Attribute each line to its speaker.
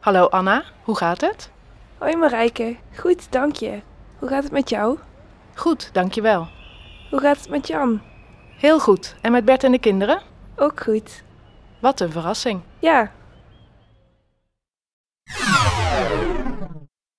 Speaker 1: Hallo Anna, hoe gaat het?
Speaker 2: Hoi Marijke, goed, dank je. Hoe gaat het met jou?
Speaker 1: Goed, dankjewel.
Speaker 2: Hoe gaat het met Jan?
Speaker 1: Heel goed. En met Bert en de kinderen?
Speaker 2: Ook goed.
Speaker 1: Wat een verrassing.
Speaker 2: Ja,